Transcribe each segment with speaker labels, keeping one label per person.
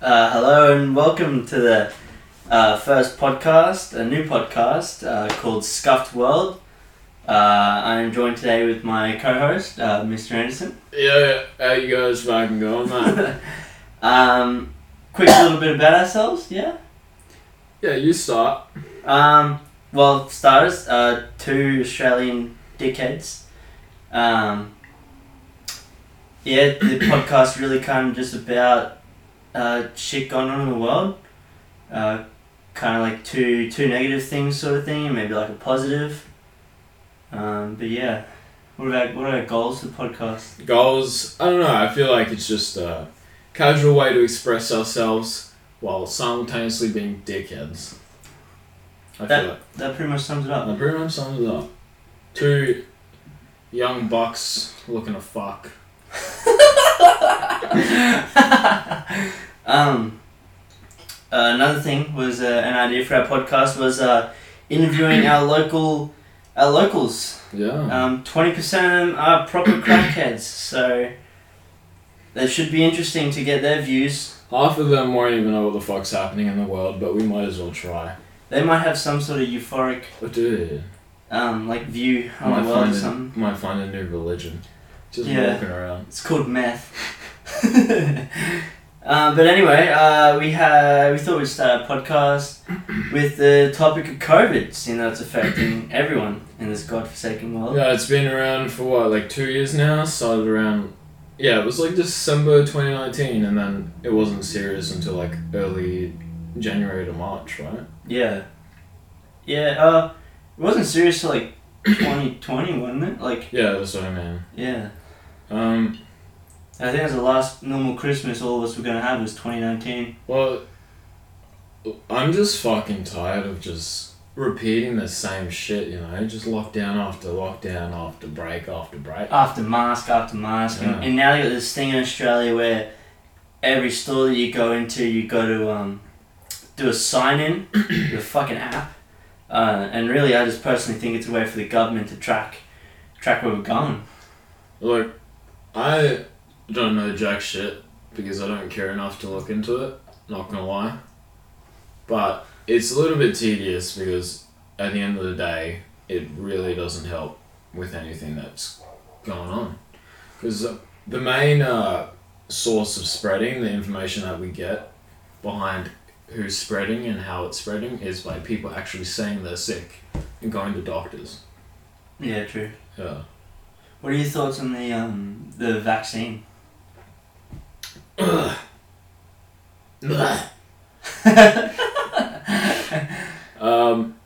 Speaker 1: Uh, hello and welcome to the uh, first podcast, a new podcast uh, called Scuffed World. Uh, I am joined today with my co-host, uh, Mr. Anderson.
Speaker 2: Yeah, how you guys fucking going, man?
Speaker 1: um, quick little bit about ourselves, yeah.
Speaker 2: yeah, you start.
Speaker 1: Um, well, starters, uh, two Australian dickheads. Um, yeah, the podcast really kind of just about uh, shit going on in the world. Uh, kind of like two two negative things, sort of thing, and maybe like a positive. Um, but yeah, what about what are our goals for the podcast?
Speaker 2: Goals, I don't know, I feel like it's just a casual way to express ourselves while simultaneously being dickheads. I feel like
Speaker 1: That pretty much sums it up.
Speaker 2: that pretty much sums it up. Two young bucks looking to fuck.
Speaker 1: Um, uh, another thing was uh, an idea for our podcast was uh, interviewing our local our locals.
Speaker 2: Yeah.
Speaker 1: Um, 20% of them are proper crackheads, so that should be interesting to get their views.
Speaker 2: Half of them won't even know what the fuck's happening in the world, but we might as well try.
Speaker 1: They might have some sort of euphoric
Speaker 2: But dude,
Speaker 1: um, like view on
Speaker 2: might
Speaker 1: the world or
Speaker 2: find,
Speaker 1: something.
Speaker 2: a, might find a new religion. Just
Speaker 1: Yeah.
Speaker 2: walking around.
Speaker 1: It's called meth. uh, but anyway, uh, we had we thought we'd start a podcast with the topic of COVID, seeing that it's affecting everyone in this godforsaken world.
Speaker 2: Yeah, it's been around for what, like two years now? Started around, yeah, it was like December 2019, and then it wasn't serious until like early January to March, right?
Speaker 1: Yeah. Yeah, uh, it wasn't serious till like 2020, wasn't it? Like,
Speaker 2: Yeah, that's what I mean.
Speaker 1: yeah.
Speaker 2: Um,
Speaker 1: I think that's the last normal Christmas all of us were going to have was 2019.
Speaker 2: well, I'm just fucking tired of just repeating the same shit, you know? Just lockdown after lockdown after break after break.
Speaker 1: After mask, after mask. And,
Speaker 2: Yeah.
Speaker 1: and now they got this thing in Australia where every store that you go into, you got to um, do a sign in, the fucking app. Uh, and really, I just personally think it's a way for the government to track track where we're going.
Speaker 2: Look, I don't know jack shit because I don't care enough to look into it, not gonna lie. But it's a little bit tedious because at the end of the day, it really doesn't help with anything that's going on. Because the main uh, source of spreading, the information that we get behind who's spreading and how it's spreading, is by people actually saying they're sick and going to doctors.
Speaker 1: Yeah, true.
Speaker 2: Yeah.
Speaker 1: What are your thoughts on the um, the vaccine?
Speaker 2: Um,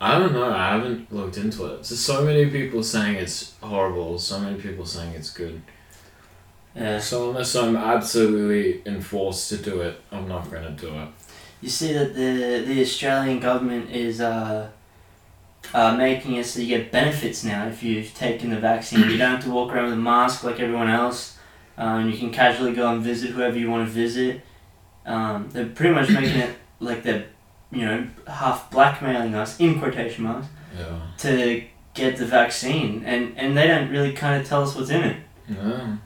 Speaker 2: I don't know. I haven't looked into it. There's so many people saying it's horrible. So many people saying it's good.
Speaker 1: Yeah.
Speaker 2: So unless I'm absolutely enforced to do it, I'm not gonna do it.
Speaker 1: You see that the the Australian government is uh, uh, making it so you get benefits now if you've taken the vaccine. You don't have to walk around with a mask like everyone else. Um, you can casually go and visit whoever you want to visit. Um, they're pretty much making it like they're, you know, half blackmailing us in quotation marks
Speaker 2: Yeah.
Speaker 1: to get the vaccine, and and they don't really kind of tell us what's in it.
Speaker 2: No.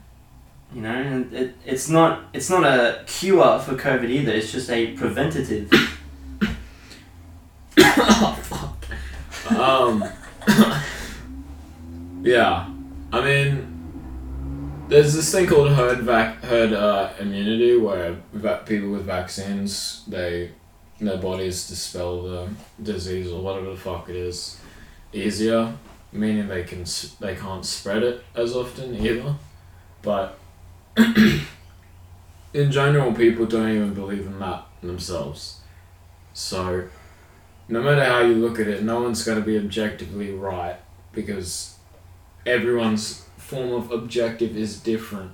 Speaker 1: You know, and it, it's not it's not a cure for COVID either. It's just a preventative.
Speaker 2: Um. yeah. I mean, there's this thing called herd vac- herd uh, immunity where va- people with vaccines they their bodies dispel the disease or whatever the fuck it is easier, meaning they can s- they can't spread it as often either. But in general, people don't even believe in that themselves. So no matter how you look at it, no one's going to be objectively right because everyone's form of objective is different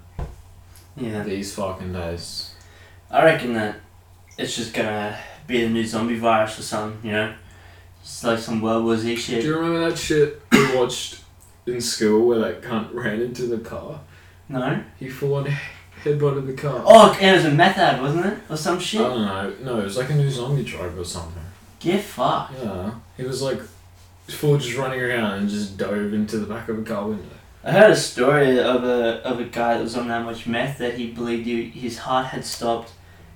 Speaker 1: Yeah.
Speaker 2: these fucking days.
Speaker 1: I reckon that it's just gonna be the new zombie virus or something, you know? It's like some World War Z
Speaker 2: Do
Speaker 1: shit.
Speaker 2: you remember that shit we watched in school where that cunt ran into the car?
Speaker 1: No?
Speaker 2: He full on headbutted the car.
Speaker 1: Oh, it was a meth ad, wasn't it? Or some
Speaker 2: I
Speaker 1: shit?
Speaker 2: don't know. No, it was like a new zombie tribe or something.
Speaker 1: Get fucked.
Speaker 2: Yeah. He was like full just running around and just dove into the back of a car window.
Speaker 1: I heard a story of a, of a guy that was on that much meth that he believed he, his heart had stopped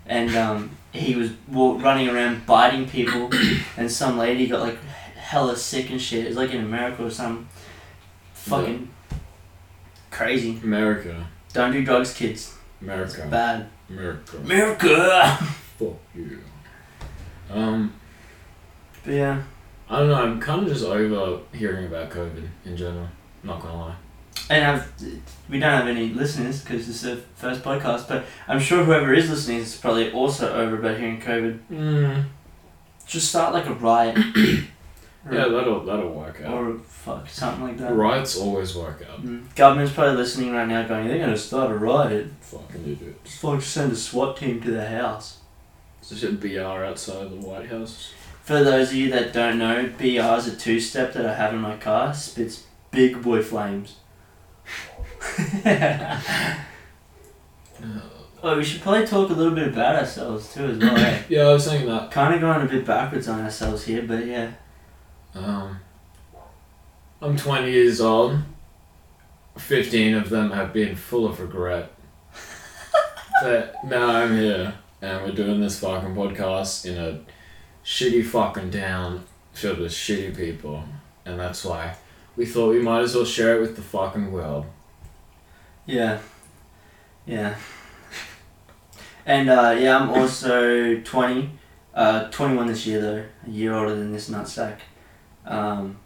Speaker 1: and um, he was wa- running around biting people, and some lady got like hella sick and shit. It was like in America or some fucking crazy.
Speaker 2: America.
Speaker 1: Don't do drugs, kids. It's
Speaker 2: America.
Speaker 1: bad.
Speaker 2: America.
Speaker 1: America.
Speaker 2: Fuck you. Um,
Speaker 1: But yeah,
Speaker 2: I don't know. I'm kind of just over hearing about COVID in general. Not gonna lie.
Speaker 1: and I've, we don't have any listeners because it's the first podcast. But I'm sure whoever is listening is probably also over about hearing COVID.
Speaker 2: Mm.
Speaker 1: Just start like a riot. or,
Speaker 2: Yeah, that'll that'll work out.
Speaker 1: or fuck something like that.
Speaker 2: Riots always work out.
Speaker 1: Mm. Government's probably listening right now, going, "They're gonna start a riot.
Speaker 2: Fucking idiots.
Speaker 1: Just like send a SWAT team to the house."
Speaker 2: It's just a BR outside the White House.
Speaker 1: For those of you that don't know, BR is a two-step that I have in my car. Spits big boy flames. oh, we should probably talk a little bit about ourselves too, as well. eh?
Speaker 2: Yeah, I was saying that.
Speaker 1: kind of going a bit backwards on ourselves here, but yeah.
Speaker 2: Um, I'm 20 years old. 15 of them have been full of regret. but now I'm here, and we're doing this fucking podcast in a shitty fucking town filled with shitty people, and that's why we thought we might as well share it with the fucking world.
Speaker 1: Yeah. Yeah. And uh, yeah, I'm also 20. Uh, 21 this year, though. A year older than this nutsack. Um,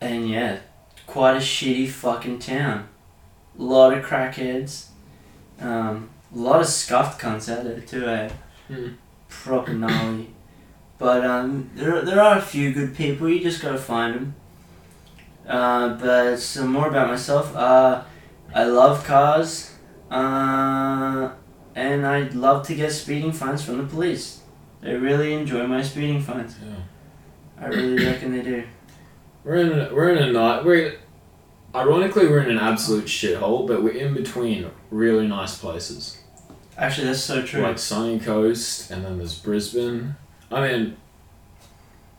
Speaker 1: and yeah, quite a shitty fucking town. A lot of crackheads. Um, a lot of scuffed cunts out there, too, eh?
Speaker 2: Hmm.
Speaker 1: Proper gnarly. But um, there, are- there are a few good people, you just gotta find them. Uh, but some more about myself. Uh, I love cars, uh, and I love to get speeding fines from the police. They really enjoy my speeding fines.
Speaker 2: Yeah.
Speaker 1: I really reckon they do.
Speaker 2: We're in a, we're in a night we're ironically we're in an absolute shithole, but we're in between really nice places
Speaker 1: Actually, that's so true.
Speaker 2: like sunny coast and then there's Brisbane. I mean,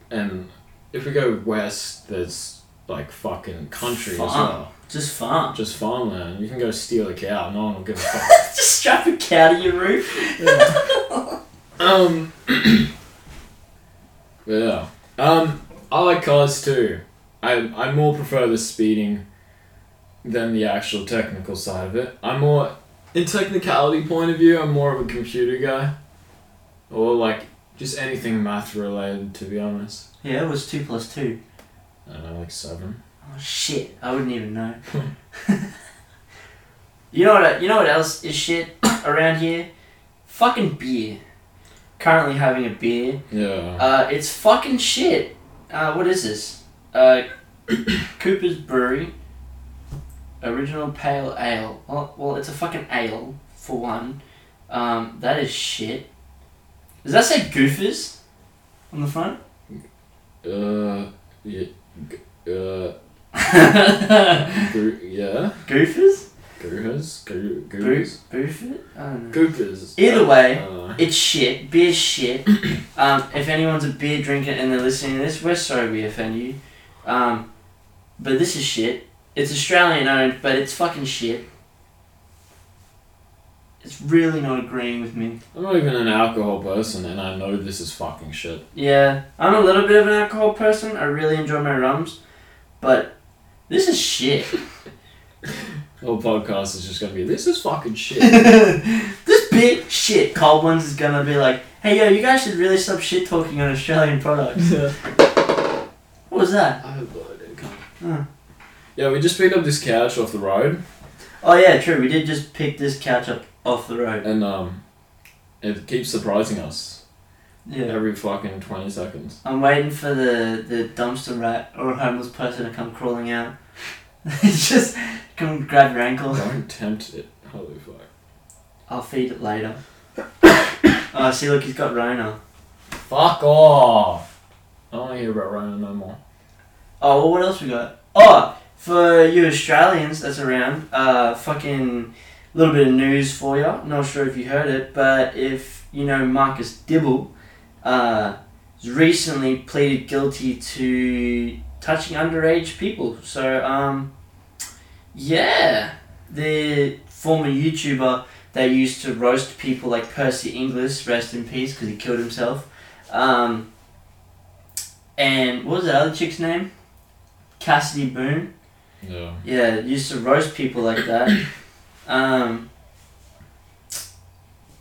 Speaker 2: and if we go west, there's like fucking country as
Speaker 1: Farm.
Speaker 2: well,
Speaker 1: Just farm.
Speaker 2: just farmland. You can go steal a cow. No one will give a fuck.
Speaker 1: Just strap a cow to your roof.
Speaker 2: Um. yeah. Um. I like cars too. I I more prefer the speeding than the actual technical side of it. I'm more in technicality point of view. I'm more of a computer guy, or like just anything math related. To be honest,
Speaker 1: Yeah, it was two plus two.
Speaker 2: I don't know, like seven.
Speaker 1: Oh shit! I wouldn't even know. you know what? You know what else is shit around here? Fucking beer. Currently having a beer.
Speaker 2: Yeah.
Speaker 1: Uh, it's fucking shit. Uh, what is this? Uh, Cooper's Brewery. Original Pale Ale. Well, well, it's a fucking ale, for one. Um, that is shit. Does that say Goofers on the front?
Speaker 2: Uh. Yeah. G- uh.
Speaker 1: Goofers?
Speaker 2: Goo- yeah. Goofers. Goo-
Speaker 1: Boo-
Speaker 2: Goofers.
Speaker 1: Boofers? I don't know.
Speaker 2: Goofers.
Speaker 1: Either way,
Speaker 2: Uh,
Speaker 1: It's shit. Beer's shit. um, if anyone's a beer drinker and they're listening to this, we're sorry we offend you. Um, but this is shit. It's Australian owned, but it's fucking shit. It's really not agreeing with me.
Speaker 2: I'm not even an alcohol person, and I know this is fucking shit.
Speaker 1: Yeah, I'm a little bit of an alcohol person. I really enjoy my rums, but this is shit.
Speaker 2: The whole podcast is just gonna be this is fucking shit.
Speaker 1: this beer shit. Cold ones is gonna be like, hey yo, you guys should really stop shit talking on Australian products.
Speaker 2: yeah.
Speaker 1: What was that?
Speaker 2: I have no idea. Come on.
Speaker 1: Hmm.
Speaker 2: Yeah, we just picked up this couch off the road,
Speaker 1: Oh yeah, true. We did just pick this couch up off the road.
Speaker 2: and um, it keeps surprising us
Speaker 1: Yeah.
Speaker 2: every fucking twenty seconds.
Speaker 1: I'm waiting for the, the dumpster rat or homeless person to come crawling out. just come grab your ankle.
Speaker 2: Don't tempt it. Holy fuck.
Speaker 1: I'll feed it later. oh, see, look, he's got Rona.
Speaker 2: Fuck off. I don't want to hear about Rona no more.
Speaker 1: Oh, well, what else we got? Oh, for you Australians that's around, uh, fucking little bit of news for you. Not sure if you heard it, but if you know Marcus Dibble, uh, has recently pleaded guilty to touching underage people. So, um, yeah, the former YouTuber They used to roast people like Percy Inglis, rest in peace, because he killed himself. Um, and what was that other chick's name? Cassidy Boone.
Speaker 2: Yeah.
Speaker 1: Yeah, used to roast people like that. Um,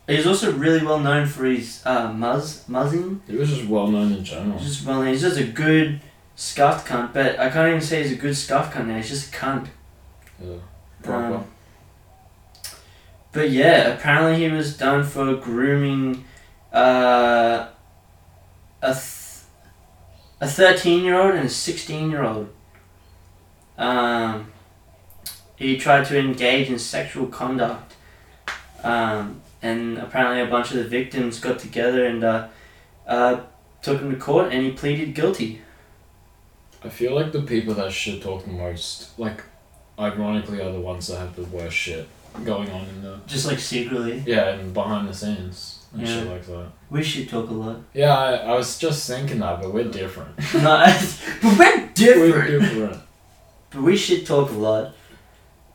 Speaker 1: he's also really well known for his uh, muzz muzzing.
Speaker 2: He was just well known in general.
Speaker 1: He's just well, he's just a good scuffed cunt. But I can't even say he's a good scuffed cunt now. He's just a cunt.
Speaker 2: Yeah. Proper.
Speaker 1: Um, but yeah, apparently he was done for grooming uh, a th- a thirteen year old and a sixteen year old. Um, he tried to engage in sexual conduct, um, and apparently a bunch of the victims got together and uh, uh, took him to court, and he pleaded guilty.
Speaker 2: I feel like the people that shit talk the most, like, ironically, are the ones that have the worst shit going on in the
Speaker 1: Just like secretly,
Speaker 2: yeah and behind the scenes and shit
Speaker 1: Yeah.
Speaker 2: like that.
Speaker 1: we should talk a lot.
Speaker 2: Yeah, I, I was just thinking that, but we're different.
Speaker 1: no, but we're
Speaker 2: we're
Speaker 1: different.
Speaker 2: different.
Speaker 1: But we should talk a lot.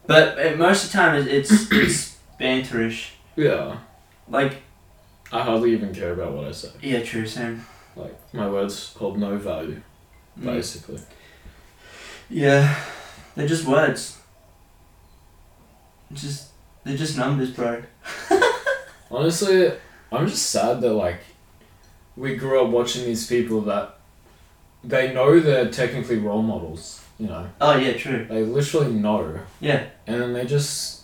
Speaker 1: But uh, most of the time, it- it's it's banterish.
Speaker 2: Yeah,
Speaker 1: Like,
Speaker 2: I hardly even care about what I say.
Speaker 1: yeah, true, same.
Speaker 2: Like my words hold no value,
Speaker 1: Mm.
Speaker 2: basically.
Speaker 1: Yeah, they're just words. Just they're just numbers, bro.
Speaker 2: Honestly, I'm just sad that like we grew up watching these people that they know they're technically role models. You know,
Speaker 1: Oh yeah, true.
Speaker 2: they literally know,
Speaker 1: Yeah,
Speaker 2: and then they just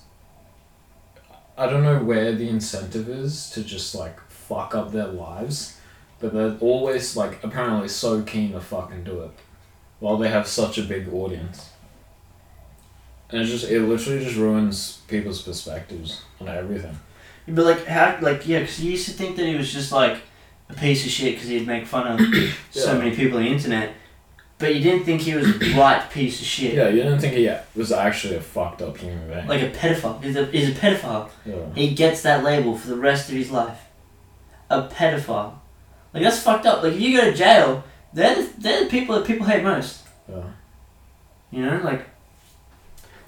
Speaker 2: I don't know where the incentive is to just like fuck up their lives, but they're always like apparently so keen to fucking do it, while they have such a big audience. And it just it literally just ruins people's perspectives on everything.
Speaker 1: but like how like yeah, because he used to think that he was just like a piece of shit because he'd make fun of so
Speaker 2: Yeah.
Speaker 1: many people on the internet. But you didn't think he was a right piece of shit.
Speaker 2: Yeah, you didn't think he was actually a fucked up human being.
Speaker 1: Like a pedophile. He's a, he's a pedophile.
Speaker 2: yeah.
Speaker 1: He gets that label for the rest of his life. A pedophile. Like that's fucked up. Like if you go to jail, they're the, they're the people that people hate most.
Speaker 2: Yeah.
Speaker 1: You know, like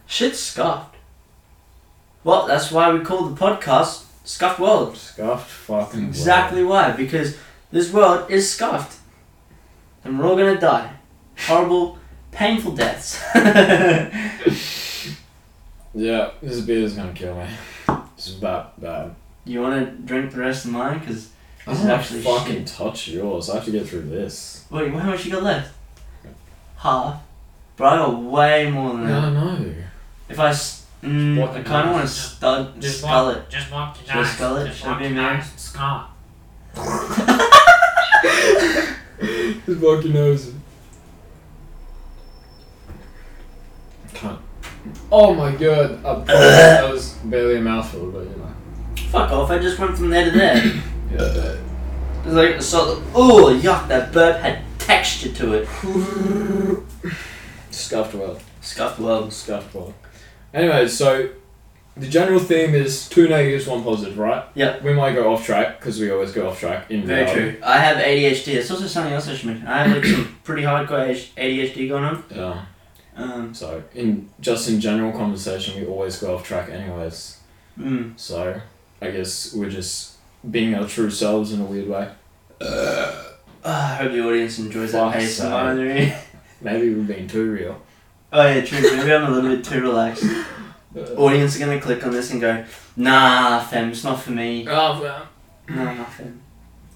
Speaker 1: shit's scuffed. Well, that's why we call the podcast Scuffed World.
Speaker 2: Scuffed fucking
Speaker 1: Exactly why, because this world is scuffed. And we're all gonna die. Horrible, painful deaths.
Speaker 2: world. Yeah, this beer's gonna kill me. This is that bad.
Speaker 1: you wanna drink the rest of mine? Because,
Speaker 2: I
Speaker 1: This is
Speaker 2: don't
Speaker 1: actually
Speaker 2: actually fucking touch yours. I have to get through this.
Speaker 1: wait, how much you got left? Half. But I got way more than that.
Speaker 2: No, no.
Speaker 1: If I, s- mm,
Speaker 2: What
Speaker 1: I
Speaker 2: the
Speaker 1: kind of
Speaker 2: hell?
Speaker 1: want to stud,
Speaker 3: Just
Speaker 1: skull
Speaker 3: walk,
Speaker 1: it.
Speaker 3: Just walk your
Speaker 1: Just
Speaker 3: knife.
Speaker 1: skull it,
Speaker 3: Just
Speaker 1: should
Speaker 3: walk
Speaker 1: be
Speaker 3: your
Speaker 1: man.
Speaker 3: knife. Skull.
Speaker 2: His fucking nose. Cunt. Oh my god. I promise that was barely a mouthful, but you know.
Speaker 1: Fuck off! I just went from there to there.
Speaker 2: Yeah.
Speaker 1: It's like so. Oh yuck! That burp had texture to it.
Speaker 2: Scuffed well.
Speaker 1: Scuffed world.
Speaker 2: Scuffed well. Anyway, so the general theme is two negatives, one positive, right?
Speaker 1: Yeah.
Speaker 2: We might go off track because we always go off track. In
Speaker 1: Very
Speaker 2: reality.
Speaker 1: true. I have ADHD. It's also something else I should mention. I have like some pretty hardcore H- ADHD going on.
Speaker 2: Yeah.
Speaker 1: Um,
Speaker 2: So in just in general conversation, we always go off track, anyways.
Speaker 1: mm,
Speaker 2: So I guess we're just being our true selves in a weird way.
Speaker 1: Ah, I hope the audience enjoys that
Speaker 2: Fuck's
Speaker 1: pace.
Speaker 2: sake.
Speaker 1: Oh
Speaker 2: Maybe we're being too real.
Speaker 1: yeah, true. Maybe I'm a little bit too relaxed. Audience are gonna click on this and go, Nah, fem, it's not for me.
Speaker 2: Oh, well.
Speaker 1: Nah, not fem.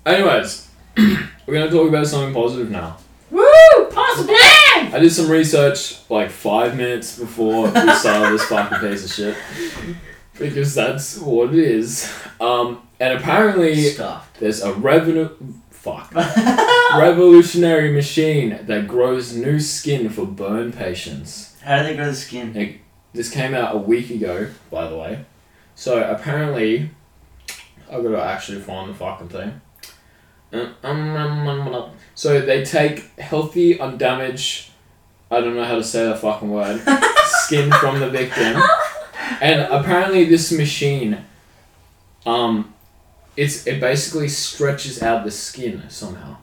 Speaker 2: Anyways, we're gonna talk about something positive now.
Speaker 1: Woo! Possibly.
Speaker 2: I did some research like five minutes before we started this fucking piece of shit. Because that's what it is. Um, and apparently
Speaker 1: Scuffed.
Speaker 2: there's a revenue fuck. Revolutionary machine that grows new skin for burn patients.
Speaker 1: How do they grow the skin?
Speaker 2: This came out a week ago, by the way. So apparently I've gotta actually find the fucking thing. Uh, um, um, um, um. So they take healthy, undamaged I don't know how to say that fucking word skin from the victim. And apparently this machine um it's it basically stretches out the skin somehow.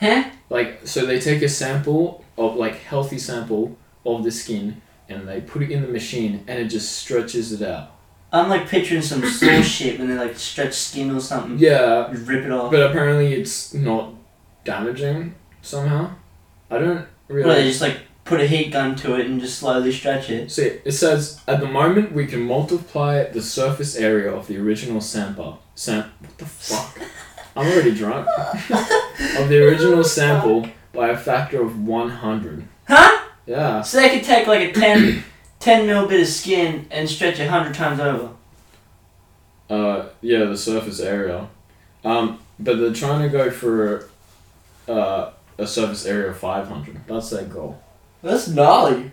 Speaker 1: Huh?
Speaker 2: Like, so they take a sample of, like, healthy sample of the skin and they put it in the machine and it just stretches it out.
Speaker 1: I'm like picturing some sore shit when they like stretch skin or something.
Speaker 2: Yeah,
Speaker 1: Rip it off.
Speaker 2: but apparently it's not damaging somehow. I don't
Speaker 1: Or they
Speaker 2: really
Speaker 1: just like put a heat gun to it and just slowly stretch it.
Speaker 2: see. It says at the moment we can multiply the surface area of the original sample. Sam, what the fuck? I'm already drunk. of the original sample by a factor of one hundred.
Speaker 1: Huh?
Speaker 2: Yeah.
Speaker 1: So they could take like a 10, 10 mil bit of skin and stretch it 100 times over.
Speaker 2: Uh, yeah, the surface area. Um, but they're trying to go for uh, a surface area of 500. That's their goal.
Speaker 1: That's gnarly.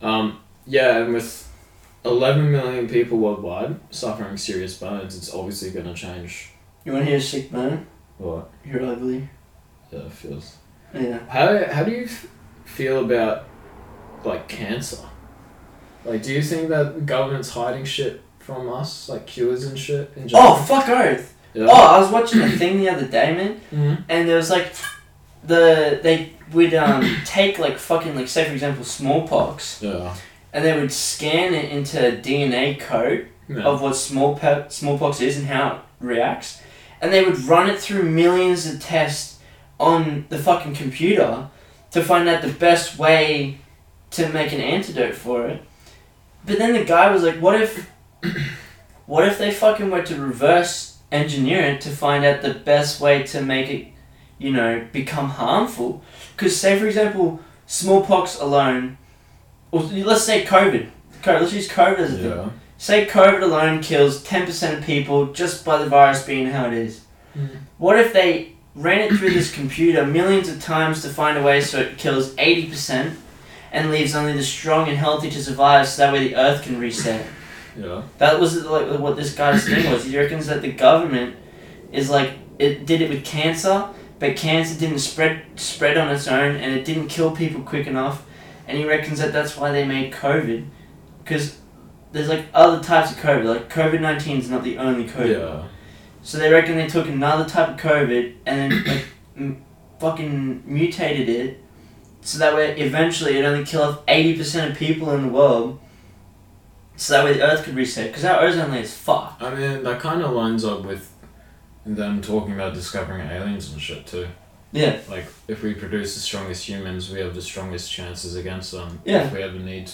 Speaker 2: Um, yeah, and with 11 million people worldwide suffering serious burns, it's obviously going to change
Speaker 1: You want to hear a sick man?
Speaker 2: what
Speaker 1: You're ugly.
Speaker 2: yeah, it feels.
Speaker 1: Yeah.
Speaker 2: How, how do you f- feel about, like, cancer? Like, do you think that the government's hiding shit from us? Like, cures and shit? In general?
Speaker 1: Oh, fuck Earth.
Speaker 2: Yeah.
Speaker 1: Oh, I was watching a thing the other day, man.
Speaker 2: Mhm.
Speaker 1: and there was like the they would um, take like fucking like say for example smallpox
Speaker 2: Yeah.
Speaker 1: and they would scan it into a DNA code
Speaker 2: Yeah.
Speaker 1: of what smallpo- smallpox is and how it reacts and they would run it through millions of tests on the fucking computer to find out the best way to make an antidote for it but then the guy was like what if what if they fucking were to reverse engineer it to find out the best way to make it, you know, become harmful? Because, say, for example, smallpox alone, or let's say COVID. Co- Let's use COVID as a thing.
Speaker 2: Yeah.
Speaker 1: Say COVID alone kills 10% of people just by the virus being how it is.
Speaker 2: Mm.
Speaker 1: What if they ran it through this computer millions of times to find a way so it kills 80% and leaves only the strong and healthy to survive so that way the earth can reset?
Speaker 2: Yeah.
Speaker 1: That was like what this guy's thing was. He reckons that the government is like it did it with cancer, but cancer didn't spread spread on its own, and it didn't kill people quick enough. And he reckons that that's why they made COVID, because there's like other types of COVID. Like COVID nineteen is not the only COVID.
Speaker 2: Yeah.
Speaker 1: So they reckon they took another type of COVID and then like m- fucking mutated it, so that way eventually it only kill off eighty percent of people in the world. So that way the Earth could reset because our ozone layer is fucked.
Speaker 2: I mean, that kind of lines up with them talking about discovering aliens and shit too.
Speaker 1: Yeah.
Speaker 2: Like, if we produce the strongest humans, we have the strongest chances against them.
Speaker 1: Yeah.
Speaker 2: If we ever need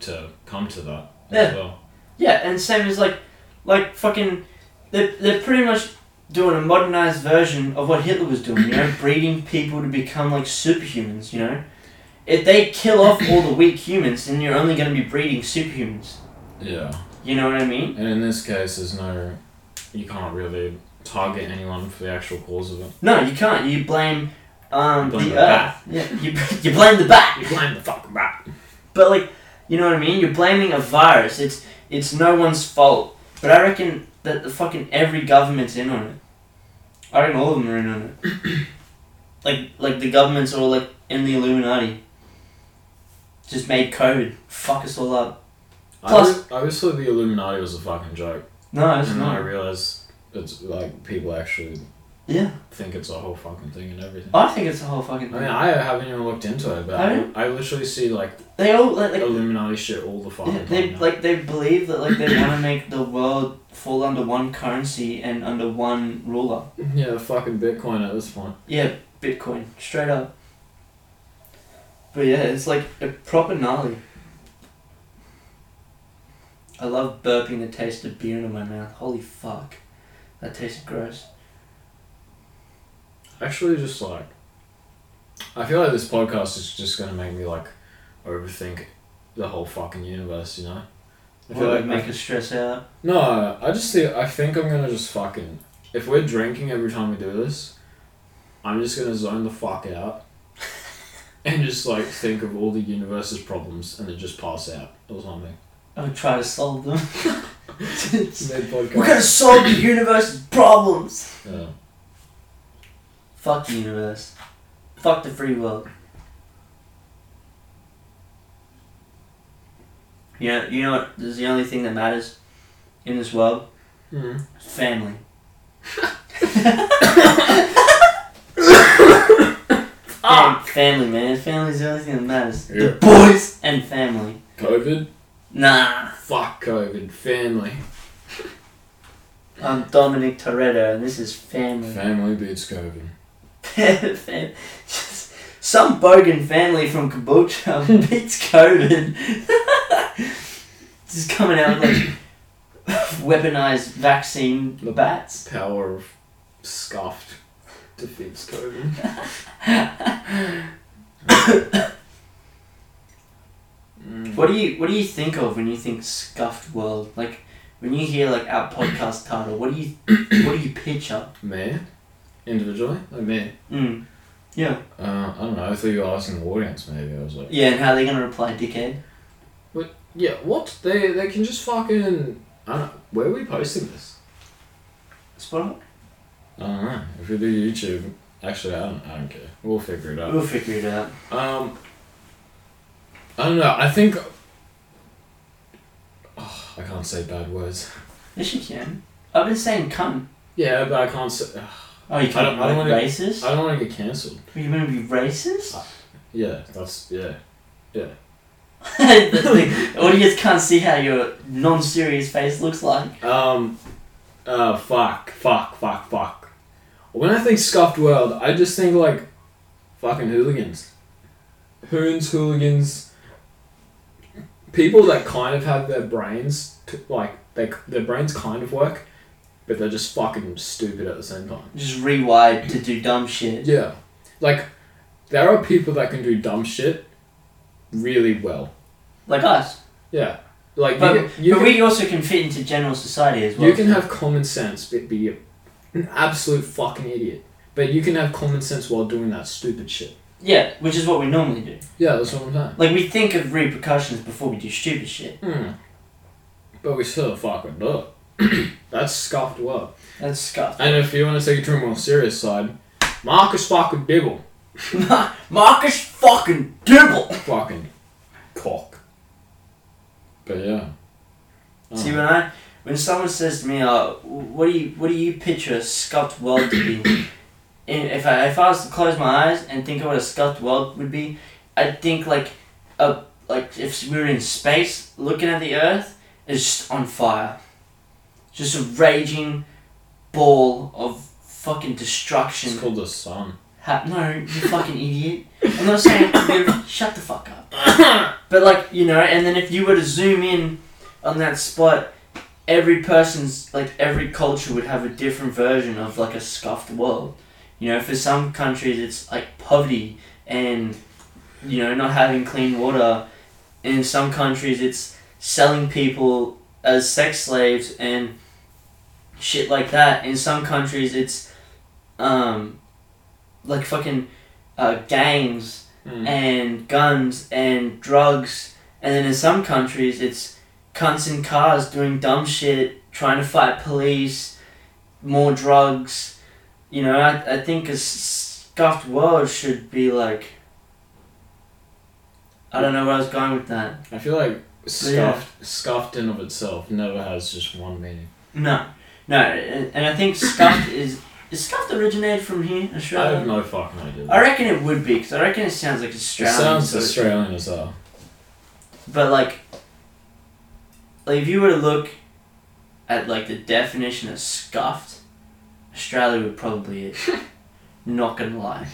Speaker 2: to come to that as
Speaker 1: Yeah.
Speaker 2: well.
Speaker 1: Yeah, and same as like, like fucking, they're, they're pretty much doing a modernized version of what Hitler was doing. You know, breeding people to become like superhumans. You know, if they kill off all the weak humans, then you're only going to be breeding superhumans.
Speaker 2: Yeah.
Speaker 1: You know what I mean?
Speaker 2: And in this case, there's no. You can't really target anyone for the actual cause of it.
Speaker 1: No, you can't. You blame, um,
Speaker 2: You blame
Speaker 1: the,
Speaker 2: the
Speaker 1: earth. Yeah, you, you blame the bat.
Speaker 2: You blame the fucking bat.
Speaker 1: But like, you know what I mean? You're blaming a virus. It's it's no one's fault. But I reckon that the fucking every government's in on it. I reckon all of them are in on it. like like the governments are all like in the Illuminati. Just made COVID fuck us all up. Plus-
Speaker 2: I, always, I always thought the Illuminati was a fucking joke.
Speaker 1: No, it's
Speaker 2: and then I
Speaker 1: not.
Speaker 2: realized it's like people actually
Speaker 1: Yeah,
Speaker 2: think it's a whole fucking thing and everything.
Speaker 1: I think it's a whole fucking.
Speaker 2: I
Speaker 1: Thing.
Speaker 2: mean, I haven't even looked into it, but
Speaker 1: I
Speaker 2: I, I literally see like
Speaker 1: they all like, like
Speaker 2: Illuminati shit all the fucking
Speaker 1: Yeah,
Speaker 2: time.
Speaker 1: they
Speaker 2: now.
Speaker 1: like they believe that like they want to make the world fall under one currency and under one ruler.
Speaker 2: yeah, fucking Bitcoin at this point.
Speaker 1: Yeah, Bitcoin straight up. But yeah, it's like a proper gnarly. I love burping the taste of beer into my mouth. Holy fuck, that tasted gross.
Speaker 2: Actually, just like, I feel like this podcast is just gonna make me like overthink the whole fucking universe. You know, I
Speaker 1: What
Speaker 2: feel
Speaker 1: would
Speaker 2: like
Speaker 1: make us stress out?
Speaker 2: no, I just think I think I'm gonna just fucking if we're drinking every time we do this, I'm just gonna zone the fuck out. And just like think of all the universe's problems and then just pass out or something.
Speaker 1: I would try to solve them.
Speaker 2: Mid-podcast.
Speaker 1: We're gonna solve the universe's problems.
Speaker 2: Yeah.
Speaker 1: Fuck the universe. Fuck the free world. You know, you know what is the only thing that matters in this world?
Speaker 2: Mm.
Speaker 1: Family. Fam- family, man. Family's the only thing that matters. The
Speaker 2: Yeah.
Speaker 1: boys and family.
Speaker 2: COVID?
Speaker 1: Nah,
Speaker 2: Fuck COVID. Family.
Speaker 1: I'm Dominic Toretto, and this is family.
Speaker 2: Family beats COVID.
Speaker 1: Fam- just- Some bogan family from Caboolture beats COVID. just coming out with like weaponized vaccine bats.
Speaker 2: Power of scuffed defeats COVID. Mm.
Speaker 1: What do you What do you think of when you think scuffed world? Like when you hear like our podcast title, what do you What do you picture?
Speaker 2: Me? Individually? Like me?
Speaker 1: Mm. Yeah.
Speaker 2: Uh, I don't know. I thought you were asking the audience, maybe. I was like,
Speaker 1: Yeah, and how are they gonna reply, dickhead?
Speaker 2: yeah, what? They they can just fucking. I don't Where are we posting this?
Speaker 1: Spot on.
Speaker 2: I don't know. If we do YouTube. Actually, I don't, I don't care. We'll figure it out.
Speaker 1: We'll figure it out.
Speaker 2: Um, I don't know. I think. Oh, I can't say bad words.
Speaker 1: Yes, you can. I've been saying cunt.
Speaker 2: Yeah, but I can't say.
Speaker 1: Oh, you
Speaker 2: I
Speaker 1: can't
Speaker 2: don't- I don't
Speaker 1: like
Speaker 2: wanna-
Speaker 1: racist.
Speaker 2: I don't want to get cancelled.
Speaker 1: Are you gonna be racist?
Speaker 2: Yeah, that's. Yeah.
Speaker 1: the, the audience can't see how your non-serious face looks like.
Speaker 2: Um, uh, fuck, fuck, fuck, fuck. When I think scuffed world, I just think like fucking hooligans. Hoons, hooligans. People that kind of have their brains, to, like, they, their brains kind of work, but they're just fucking stupid at the same time.
Speaker 1: Just rewired to do dumb shit.
Speaker 2: Yeah. Like, there are people that can do dumb shit really well.
Speaker 1: Like us.
Speaker 2: Yeah. Like, you
Speaker 1: But,
Speaker 2: can- you
Speaker 1: but
Speaker 2: can-
Speaker 1: we also can fit into general society as well.
Speaker 2: You can have common sense, but be an absolute fucking idiot. But you can have common sense while doing that stupid shit.
Speaker 1: Yeah, which is what we normally do.
Speaker 2: Yeah, that's what I'm saying.
Speaker 1: Like we think of repercussions before we do stupid shit.
Speaker 2: Hmm. But we still fucking do it. that's scuffed well.
Speaker 1: That's scuffed.
Speaker 2: And if you want to take it to a more serious side, Marcus fucking Dibble.
Speaker 1: Marcus fucking Dibble.
Speaker 2: Fucking cock. But yeah. Oh.
Speaker 1: See when I when someone says to me, uh, "What do you what do you picture a scuffed world to be?" And if I if I was to close my eyes and think of what a scuffed world would be, I'd think like a like if we were in space looking at the Earth, it's just on fire, just a raging ball of fucking destruction.
Speaker 2: It's called the sun.
Speaker 1: Ha- no, you fucking idiot. I'm not saying shut the fuck up. But like you know, and then if you were to zoom in on that spot, every person's like every culture would have a different version of like a scuffed world. You know, for some countries it's like poverty and you know not having clean water. In some countries it's selling people as sex slaves and shit like that. In some countries it's um, like fucking uh, gangs
Speaker 2: Mm.
Speaker 1: and guns and drugs, and then in some countries it's cunts in cars doing dumb shit, trying to fight police, more drugs. You know, I, I think a scuffed world should be like. I don't know where I was going with that.
Speaker 2: I feel like scuffed,
Speaker 1: yeah.
Speaker 2: scuffed in of itself never has just one meaning.
Speaker 1: No, no, and and I think scuffed is is scuffed originated from here,
Speaker 2: I have
Speaker 1: Australia.
Speaker 2: no fucking idea.
Speaker 1: I reckon it would be because I reckon it sounds like
Speaker 2: It
Speaker 1: Australian.
Speaker 2: sounds
Speaker 1: sort of-
Speaker 2: Australian as well.
Speaker 1: But like, like if you were to look at like the definition of scuffed, Australia would probably it. Not gonna lie.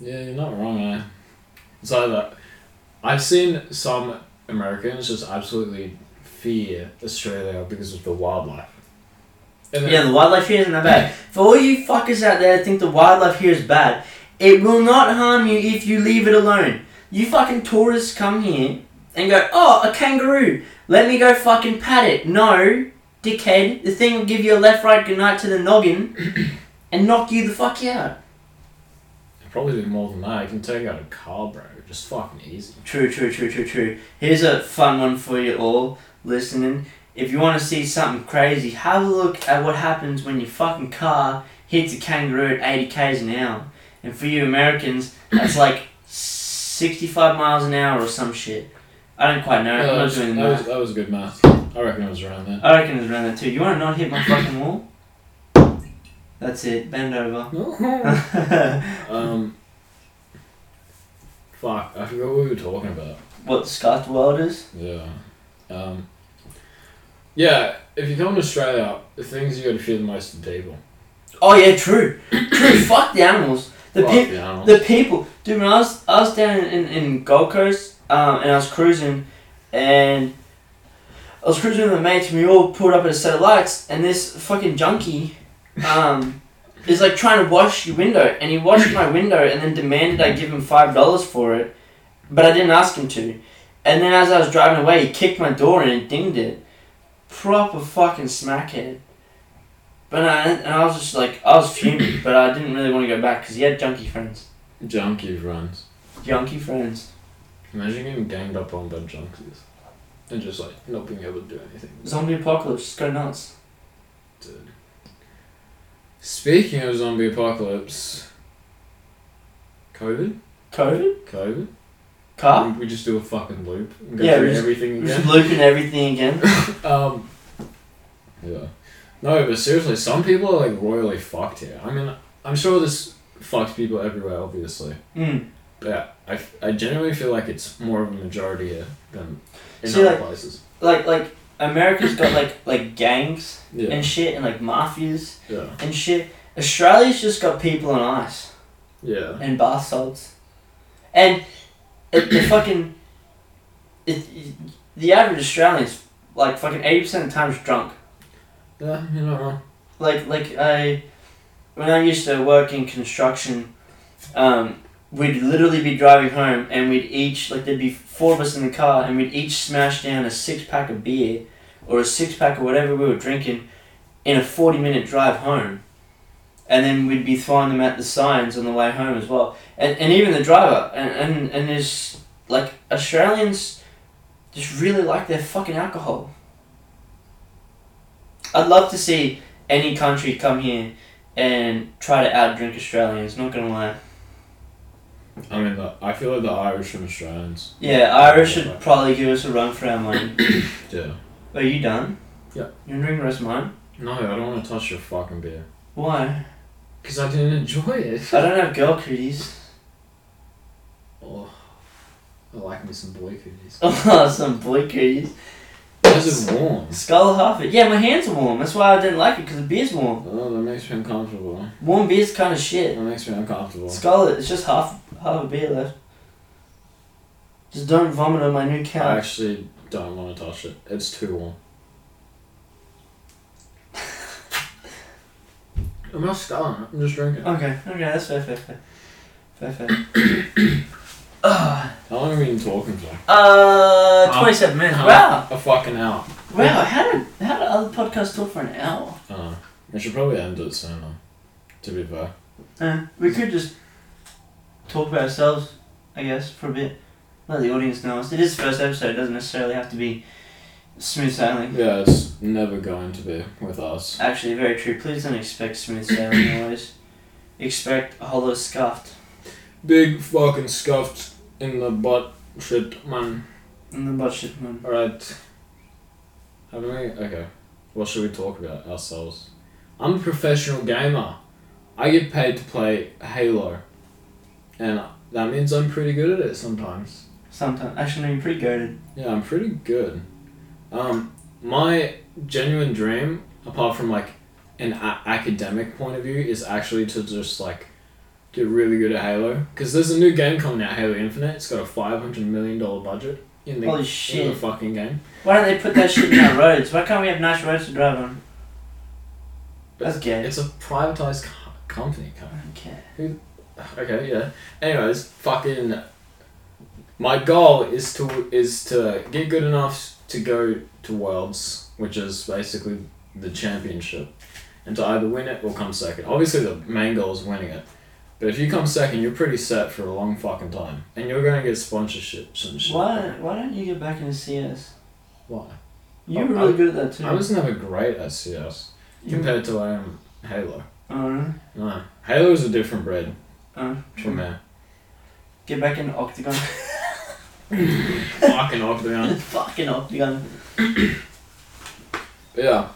Speaker 2: Yeah, you're not wrong, eh? It's either I've seen some Americans just absolutely fear Australia because of the wildlife. And then,
Speaker 1: Yeah, the wildlife here isn't that bad. For all you fuckers out there that think the wildlife here is bad, it will not harm you if you leave it alone. You fucking tourists come here and go, oh, a kangaroo. Let me go fucking pat it. No, dickhead. The thing will give you a left right goodnight to the noggin and knock you the fuck out.
Speaker 2: probably do more than that. You can take out a car, bro. Just fucking easy.
Speaker 1: True, true, true, true, true. Here's a fun one for you all listening. If you want to see something crazy, have a look at what happens when your fucking car hits a kangaroo at 80 k's an hour. And for you Americans, that's like 65 miles an hour or some shit. I don't quite know.
Speaker 2: Yeah,
Speaker 1: I'm
Speaker 2: that,
Speaker 1: not
Speaker 2: was,
Speaker 1: doing
Speaker 2: that was-
Speaker 1: that.
Speaker 2: that was good math. I reckon it was around there.
Speaker 1: I reckon it's around that too. You want to not hit my fucking wall? That's it. Bend over.
Speaker 2: um, fuck, I forgot what we were talking about.
Speaker 1: what, scuffed welders?
Speaker 2: Yeah. Um, yeah, if you come to Australia, the things you got to fear the most are the people.
Speaker 1: Oh yeah, true. true. Fuck the animals. The
Speaker 2: Fuck
Speaker 1: people.
Speaker 2: the animals.
Speaker 1: The people, dude. When I was I was down in, in, in Gold Coast, um, and I was cruising, and I was cruising with my mates, and we all pulled up at a set of lights, and this fucking junkie, um, is like trying to wash your window, and he washed my window, and then demanded I give him five dollars for it, but I didn't ask him to, and then as I was driving away, he kicked my door in and dinged it, proper fucking smackhead. But I, and I was just like I was fuming, but I didn't really want to go back because he had junkie friends.
Speaker 2: Junkie runs.
Speaker 1: Junkie friends.
Speaker 2: Imagine getting ganged up on by junkies and just like not being able to do anything.
Speaker 1: Zombie apocalypse, just go nuts.
Speaker 2: Dude. Speaking of zombie apocalypse, COVID,
Speaker 1: COVID?
Speaker 2: COVID.
Speaker 1: Car?
Speaker 2: We, we just do a fucking loop. And go
Speaker 1: Yeah,
Speaker 2: through
Speaker 1: we just-
Speaker 2: everything
Speaker 1: We're just
Speaker 2: again.
Speaker 1: looping everything again.
Speaker 2: Um, yeah. No, but seriously, some people are like royally fucked here. I mean, I'm sure this fucks people everywhere, obviously.
Speaker 1: Mm.
Speaker 2: But I, f- I genuinely feel like it's more of a majority here than in
Speaker 1: See,
Speaker 2: other
Speaker 1: like-
Speaker 2: places.
Speaker 1: Like like America's got like like gangs
Speaker 2: Yeah,
Speaker 1: and shit and like mafias
Speaker 2: yeah,
Speaker 1: and shit. Australia's just got people on ice
Speaker 2: yeah.
Speaker 1: and bath salts. And it, the fucking it, the average Australian's like fucking eighty percent of the time is drunk.
Speaker 2: Yeah, you're not wrong.
Speaker 1: like like I when I used to work in construction, um, we'd literally be driving home and we'd each like there'd be four of us in the car and we'd each smash down a six pack of beer or a six pack of whatever we were drinking in a forty minute drive home. And then we'd be throwing them at the signs on the way home as well. And and even the driver and, and, and there's like Australians just really like their fucking alcohol. I'd love to see any country come here and try to outdrink Australians. Not gonna lie.
Speaker 2: I mean, the, I feel like the Irish and Australians.
Speaker 1: Yeah, Irish should probably give us a run for our money.
Speaker 2: Yeah.
Speaker 1: Are you done?
Speaker 2: Yeah.
Speaker 1: You gonna drink the rest of mine?
Speaker 2: No, I don't want to touch your fucking beer.
Speaker 1: Why?
Speaker 2: Because I didn't enjoy it.
Speaker 1: I don't have girl cooties.
Speaker 2: Oh, I like me some boy cookies.
Speaker 1: Oh, some boy cooties.
Speaker 2: Those are warm.
Speaker 1: Skull half it. Yeah, my hands are warm. That's why I didn't like it because the beer's warm.
Speaker 2: Oh, that makes me uncomfortable.
Speaker 1: Warm beer's kind of shit.
Speaker 2: That makes me uncomfortable.
Speaker 1: Skull it. It's just half half a beer left. Just don't vomit on my new
Speaker 2: I
Speaker 1: couch.
Speaker 2: actually don't want to touch it. It's too warm. I'm not sculling it. I'm just drinking. it.
Speaker 1: Okay, okay, that's fair, fair, fair, fair, fair.
Speaker 2: How long have we been talking for?
Speaker 1: Uh,
Speaker 2: Huh?
Speaker 1: 27 minutes.
Speaker 2: Huh?
Speaker 1: Wow.
Speaker 2: A fucking hour.
Speaker 1: Wow. How did, how did other podcasts talk for an hour?
Speaker 2: Uh, we should probably end it sooner. To be fair.
Speaker 1: Uh, we could just talk about ourselves, I guess, for a bit. Let the audience know us. It is the first episode. It doesn't necessarily have to be smooth sailing.
Speaker 2: Yeah, it's never going to be with us.
Speaker 1: Actually, very true. Please don't expect smooth sailing always. Expect a whole lot of scuffed
Speaker 2: Big fucking scuffed in the butt shit, man.
Speaker 1: in the butt shit, man.
Speaker 2: Alright. Haven't we? Okay. What should we talk about ourselves? I'm a professional gamer. I get paid to play Halo. And that means I'm pretty good at it sometimes.
Speaker 1: Sometimes. Actually, no, you're pretty goaded.
Speaker 2: Yeah, I'm pretty good. Um, my genuine dream, apart from like an a- academic point of view, is actually to just like get really good at Halo. Because there's a new game coming out, Halo Infinite. It's got a $500 million budget in the,
Speaker 1: Holy
Speaker 2: in the
Speaker 1: shit.
Speaker 2: fucking game.
Speaker 1: Why don't they put that shit in our roads? Why can't we have nice roads to drive on? That's gay.
Speaker 2: It's a privatized co- company. co-
Speaker 1: Okay.
Speaker 2: Okay, yeah. Anyways, fucking. My goal is to is to get good enough to go to Worlds, which is basically the championship, and to either win it or come second. Obviously, the main goal is winning it. But if you come second, you're pretty set for a long fucking time, and you're going to get sponsorships and shit.
Speaker 1: Why, why don't you get back into CS?
Speaker 2: Why?
Speaker 1: You
Speaker 2: Oh,
Speaker 1: were really
Speaker 2: I-
Speaker 1: good at that too.
Speaker 2: I was never great at CS
Speaker 1: You-
Speaker 2: compared to I am Halo.
Speaker 1: Oh, really?
Speaker 2: No, Halo is a different breed
Speaker 1: Oh,
Speaker 2: for
Speaker 1: true.
Speaker 2: me.
Speaker 1: Get back into Octagon.
Speaker 2: fucking octagon.
Speaker 1: Fucking Octagon.
Speaker 2: Yeah,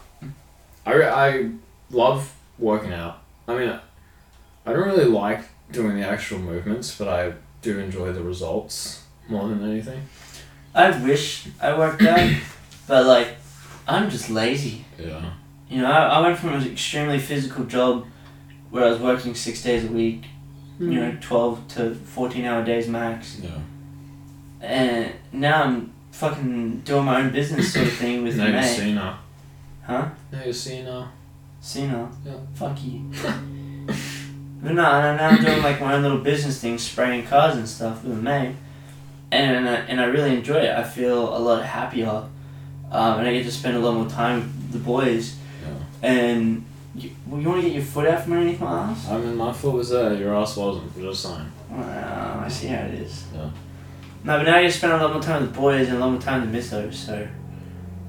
Speaker 2: I, re- I love working out. I mean, I don't really like doing the actual movements, but I do enjoy the results more than anything.
Speaker 1: I wish I worked out, But like, I'm just lazy.
Speaker 2: Yeah.
Speaker 1: You know, I, I went from an extremely physical job where I was working six days a week, you know, 12 to 14 hour days max.
Speaker 2: Yeah.
Speaker 1: And now I'm fucking doing my own business sort of thing with
Speaker 2: Now
Speaker 1: your
Speaker 2: you're
Speaker 1: mate.
Speaker 2: seeing her.
Speaker 1: Huh?
Speaker 2: Now you're seeing her.
Speaker 1: Cena.
Speaker 2: Yeah.
Speaker 1: Fuck you. but no, and now I'm doing like my own little business thing, spraying cars and stuff with a mate, and I, and I really enjoy it. I feel a lot happier, um, and I get to spend a lot more time with the boys.
Speaker 2: Yeah.
Speaker 1: And you, well, you want to get your foot out from underneath my ass?
Speaker 2: I mean, my foot was there, your ass wasn't. Just saying.
Speaker 1: Wow, I see how it is.
Speaker 2: Yeah.
Speaker 1: No, but now you spend a lot more time with the boys and a lot more time with Miso, so.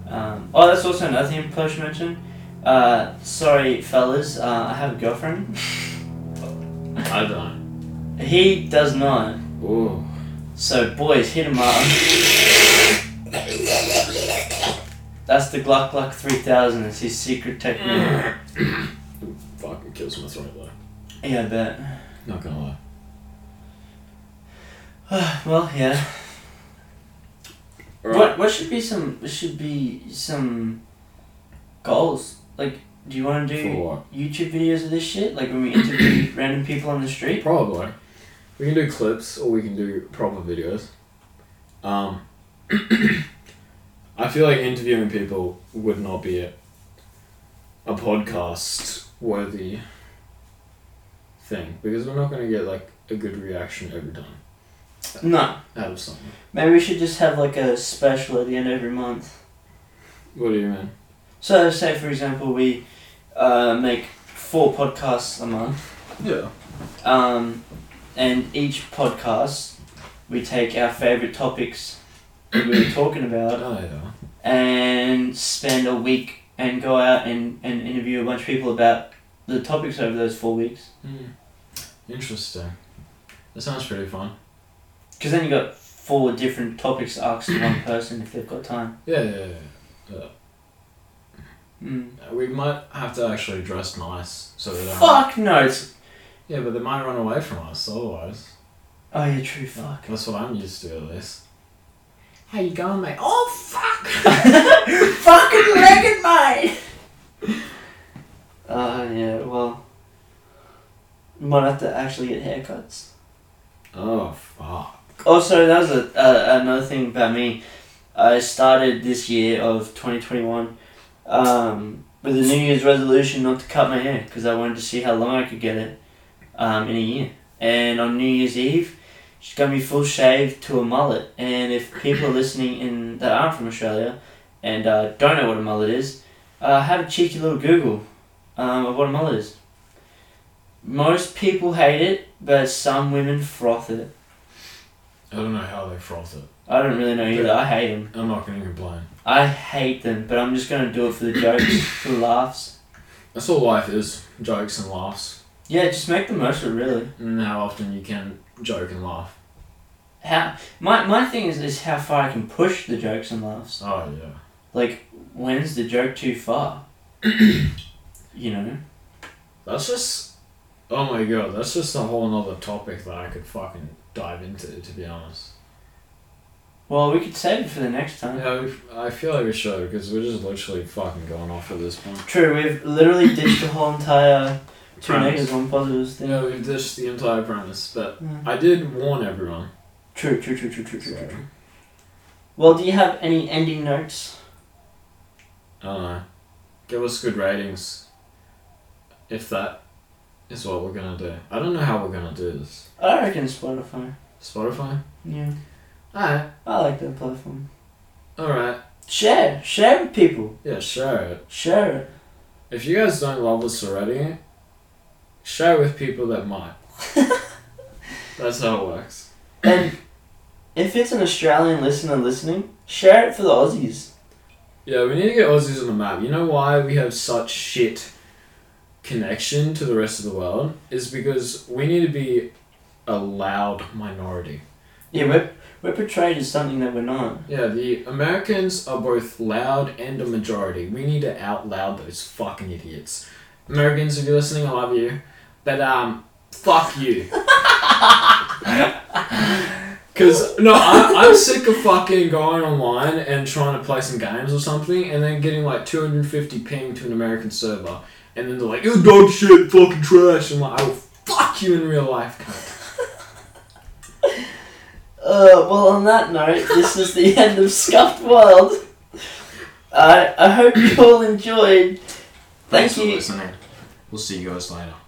Speaker 1: Um, oh, that's also another thing Plush mentioned. Uh, sorry, fellas, uh, I have a girlfriend.
Speaker 2: I don't.
Speaker 1: He does not.
Speaker 2: Ooh.
Speaker 1: So boys, hit him up. That's the Gluck Gluck 3000. It's his secret technique.
Speaker 2: Fucking kills my throat though.
Speaker 1: Yeah, I bet.
Speaker 2: Not gonna lie.
Speaker 1: well, yeah. What what should be some should be some goals? Like, do you want to
Speaker 2: For
Speaker 1: do
Speaker 2: what?
Speaker 1: YouTube videos of this shit? Like when we interview random people on the street?
Speaker 2: Probably. We can do clips or we can do proper videos. Um, I feel like interviewing people would not be a, a podcast worthy thing because we're not gonna get like a good reaction every time
Speaker 1: No.
Speaker 2: out of something.
Speaker 1: Maybe we should just have like a special at the end of every month.
Speaker 2: What do you mean?
Speaker 1: So, say for example, we uh, make four podcasts a month,
Speaker 2: Yeah.
Speaker 1: um, and each podcast we take our favorite topics that we were talking about
Speaker 2: Oh yeah.
Speaker 1: and spend a week and go out and, and interview a bunch of people about the topics over those four weeks.
Speaker 2: Hmm. Interesting. That sounds pretty fun.
Speaker 1: Because then you got four different topics to ask to one person if they've got time.
Speaker 2: Yeah, yeah, yeah.
Speaker 1: Mm.
Speaker 2: Uh, We might have to actually dress nice so they don't.
Speaker 1: Fuck no! It's
Speaker 2: Yeah, but they might run away from us otherwise.
Speaker 1: oh yeah, true. Fuck.
Speaker 2: That's what I'm used to at least. How you going, mate? Oh fuck! Mm.
Speaker 1: fucking legged mate. Uh, yeah, well, you might have to actually get haircuts.
Speaker 2: Oh fuck!
Speaker 1: Also, Oh, that was a, a, another thing about me. I started this year of 2021 um, with a New Year's resolution not to cut my hair because I wanted to see how long I could get it um, in a year. And on New Year's Eve, she's got me full shaved to a mullet. And if people are listening in that aren't from Australia and uh, don't know what a mullet is, uh, have a cheeky little Google um, of what a mullet is. Most people hate it, but some women froth it.
Speaker 2: I don't know how they froth it.
Speaker 1: I don't really know either.
Speaker 2: Yeah.
Speaker 1: I hate them.
Speaker 2: I'm not gonna complain.
Speaker 1: I hate them, but I'm just gonna do it for the jokes, for the laughs.
Speaker 2: That's all life is: jokes and laughs.
Speaker 1: Yeah, just make the most of it. Really.
Speaker 2: And how often you can joke and laugh.
Speaker 1: How my my thing is is how far I can push the jokes and laughs.
Speaker 2: Oh yeah.
Speaker 1: Like, when's the joke too far? you know.
Speaker 2: That's just. Oh my god, that's just a whole nother topic that I could fucking dive into, to be honest.
Speaker 1: Well, we could save it for the next time.
Speaker 2: Yeah, we, I feel like we should because we're just literally fucking going off at this point.
Speaker 1: True. We've literally ditched the whole entire two
Speaker 2: Premise.
Speaker 1: negatives, one positives thing.
Speaker 2: Yeah, we've dished the entire premise, but
Speaker 1: Yeah.
Speaker 2: I did warn everyone.
Speaker 1: True. True. True. True. True. True.
Speaker 2: So,
Speaker 1: True. Well, do you have any ending notes?
Speaker 2: I don't know. Uh, Give us good ratings. If that is what we're gonna do. I don't know how we're gonna do this.
Speaker 1: I reckon Spotify.
Speaker 2: Spotify?
Speaker 1: Yeah,
Speaker 2: Alright.
Speaker 1: I like that platform.
Speaker 2: Alright.
Speaker 1: Share, share with people.
Speaker 2: Yeah, share it.
Speaker 1: Share it.
Speaker 2: If you guys don't love us already, share with people that might. That's how it works.
Speaker 1: And if it's an Australian listener listening, share it for the Aussies.
Speaker 2: Yeah, we need to get Aussies on the map. You know why we have such shit connection to the rest of the world? Is because we need to be a loud minority.
Speaker 1: Yeah, we're, we're portrayed as something that we're not.
Speaker 2: Yeah, the Americans are both loud and a majority. We need to out loud those fucking idiots. Americans, if you're listening, I love you. But um fuck you. Because no, I, I'm sick of fucking going online and trying to play some games or something, and then getting like 250 ping to an American server, and then they're like, "You dog shit, fucking trash." I'm like, "I will fuck you in real life." cunt."
Speaker 1: Uh, well, on that note, this is the end of Scuffed World. I I hope you all enjoyed. Thank
Speaker 2: for
Speaker 1: you.
Speaker 2: listening. We'll see you guys later.